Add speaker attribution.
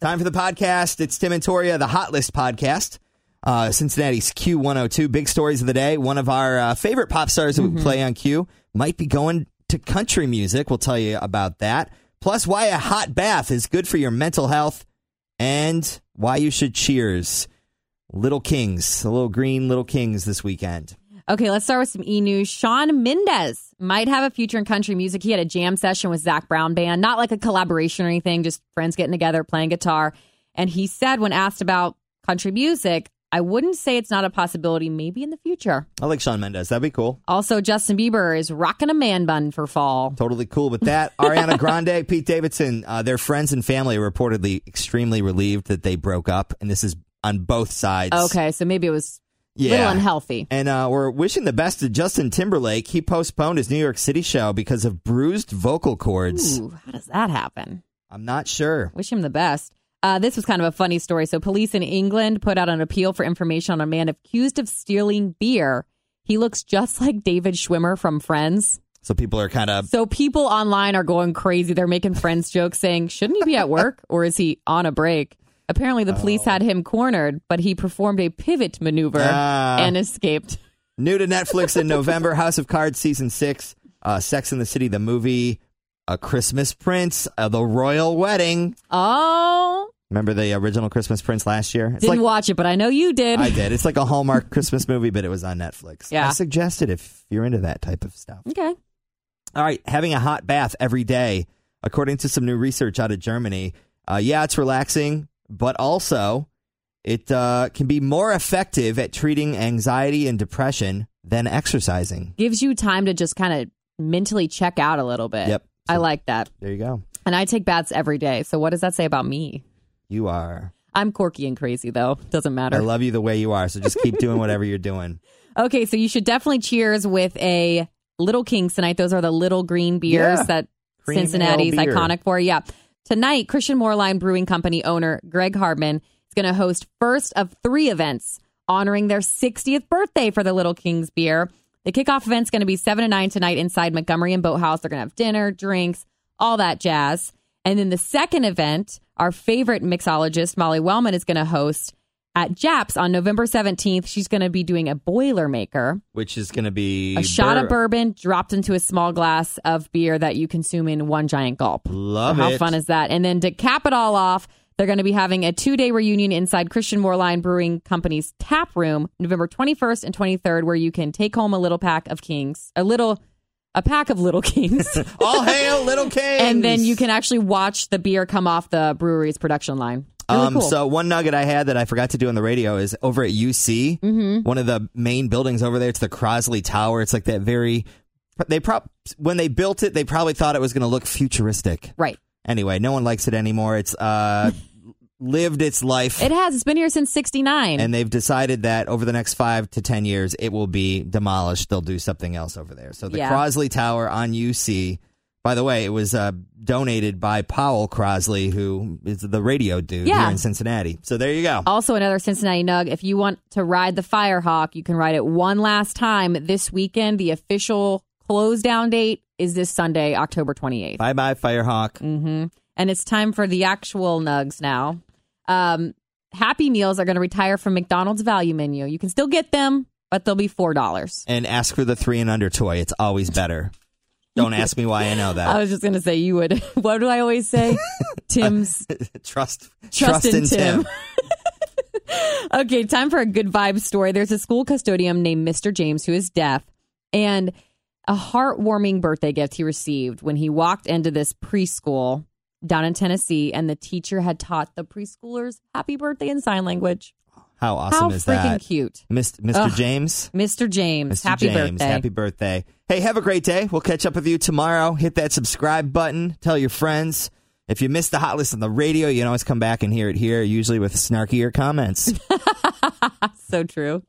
Speaker 1: Time for the podcast. It's Tim and Toria, the Hot List podcast. Uh, Cincinnati's Q102, big stories of the day. One of our uh, favorite pop stars that we play on Q might be going to country music. We'll tell you about that. Plus, why a hot bath is good for your mental health and why you should cheers. Little Kings, the little green Little Kings this weekend.
Speaker 2: Okay, let's start with some e news. Sean Mendez might have a future in country music. He had a jam session with Zach Brown Band, not like a collaboration or anything, just friends getting together, playing guitar. And he said, when asked about country music, I wouldn't say it's not a possibility, maybe in the future.
Speaker 1: I like Sean Mendez. That'd be cool.
Speaker 2: Also, Justin Bieber is rocking a man bun for fall.
Speaker 1: Totally cool with that. Ariana Grande, Pete Davidson, uh, their friends and family are reportedly extremely relieved that they broke up, and this is on both sides.
Speaker 2: Okay, so maybe it was a little
Speaker 1: Yeah.
Speaker 2: unhealthy.
Speaker 1: And uh, we're wishing the best to Justin Timberlake. He postponed his New York City show because of bruised vocal cords.
Speaker 2: Ooh, how does that happen?
Speaker 1: I'm not sure.
Speaker 2: Wish him the best. Uh, this was kind of a funny story. So, police in England put out an appeal for information on a man accused of stealing beer. He looks just like David Schwimmer from Friends.
Speaker 1: So people are kind of
Speaker 2: So, people online are going crazy. They're making Friends jokes saying, shouldn't he be at work or is he on a break? Apparently, the police had
Speaker 1: Oh.
Speaker 2: him cornered, but he performed a pivot maneuver
Speaker 1: Ah.
Speaker 2: and escaped.
Speaker 1: new to Netflix in November. House of Cards season six, uh, Sex in the City, the movie, A Christmas Prince, uh, The Royal Wedding.
Speaker 2: Oh,
Speaker 1: Remember the original Christmas Prince last year? It's
Speaker 2: didn't
Speaker 1: like
Speaker 2: watch it, but I know you did.
Speaker 1: I did. It's like a Hallmark Christmas movie, but it was on Netflix.
Speaker 2: Yeah.
Speaker 1: I suggest it if you're into that type of stuff.
Speaker 2: okay.
Speaker 1: All right, having a hot bath every day, according to some new research out of Germany. Uh, yeah, it's relaxing, but also it uh, can be more effective at treating anxiety and depression than exercising.
Speaker 2: Gives you time to just kind of mentally check out a little bit.
Speaker 1: Yep.
Speaker 2: Eh, I like that.
Speaker 1: There you go.
Speaker 2: And I take baths every day. So what does that say about me?
Speaker 1: You are.
Speaker 2: I'm quirky and crazy though. Doesn't
Speaker 1: I
Speaker 2: matter.
Speaker 1: love you the way you are. So just keep doing whatever you're doing.
Speaker 2: okay, so you should definitely cheers with a Little Kings tonight. Those are the little green beers
Speaker 1: Yeah.
Speaker 2: that
Speaker 1: Cream ale
Speaker 2: Cincinnati's
Speaker 1: beer.
Speaker 2: iconic for. Yeah. Tonight, Christian Moorline Brewing Company owner Greg Hardman is going to host first of three events honoring their 60th birthday for the Little Kings beer. The kickoff event's going to be 7 to 9 tonight inside Montgomery and Boathouse. They're going to have dinner, drinks, all that jazz. And then the second event, our favorite mixologist, Molly Wellman, is going to host at Japs on November 17th. She's going to be doing a Boilermaker
Speaker 1: Which is going to be
Speaker 2: a shot of
Speaker 1: bur-
Speaker 2: bourbon dropped into a small glass of beer that you consume in one giant gulp.
Speaker 1: Love
Speaker 2: So How
Speaker 1: it.
Speaker 2: fun is that? And then to cap it all off, they're going to be having a two day reunion inside Christian Moorline Brewing Company's tap room, November 21st and 23rd, where you can take home a little pack of Kings, a little, a pack of Little Kings.
Speaker 1: All hail, little kings.
Speaker 2: and then you can actually watch the beer come off the brewery's production line. Really
Speaker 1: um,
Speaker 2: cool.
Speaker 1: So one nugget I had that I forgot to do on the radio is over at UC,
Speaker 2: Mm-hmm.
Speaker 1: one of the main buildings over there. It's the Crosley Tower. It's like that very. They prob when they built it, they probably thought it was going to look futuristic.
Speaker 2: right.
Speaker 1: Anyway, no one likes it anymore. It's uh, lived its life,
Speaker 2: It has. It's been here since 69.
Speaker 1: and they've decided that over the next five to ten years, it will be demolished. They'll do something else over there. So the
Speaker 2: Yeah.
Speaker 1: Crosley Tower on UC. By the way, it was uh, donated by Powell Crosley, who is the radio dude
Speaker 2: Yeah.
Speaker 1: here in Cincinnati. So there you go.
Speaker 2: Also, another Cincinnati Nug. If you want to ride the Firehawk, you can ride it one last time this weekend. The official close down date is this Sunday, October 28th.
Speaker 1: Bye bye, Firehawk.
Speaker 2: hmm And it's time for the actual Nugs now. Um, Happy Meals are going to retire from McDonald's value menu. You can still get them, but they'll be $4.
Speaker 1: And ask for the three and under toy. It's always better. Don't ask me why I know
Speaker 2: I
Speaker 1: that.
Speaker 2: was just going to say, you would. What do I always say? Tim's
Speaker 1: trust, trust,
Speaker 2: Trust in
Speaker 1: in Tim.
Speaker 2: Tim. Okay, time for a good vibe story. There's a school custodian named Mr. James who is deaf, and a heartwarming birthday gift he received when he walked into this preschool down in Tennessee, and the teacher had taught the preschoolers happy birthday in sign language.
Speaker 1: How awesome
Speaker 2: How
Speaker 1: is
Speaker 2: freaking
Speaker 1: that?
Speaker 2: cute.
Speaker 1: Mis- Mr.
Speaker 2: Ugh.
Speaker 1: James.
Speaker 2: Mr. James,
Speaker 1: Mr.
Speaker 2: happy
Speaker 1: James,
Speaker 2: birthday.
Speaker 1: happy birthday. Hey, have a great day. We'll catch up with you tomorrow. Hit that subscribe button. Tell your friends. If you missed the hot list on the radio, you can always come back and hear it here, usually with snarkier comments.
Speaker 2: so true.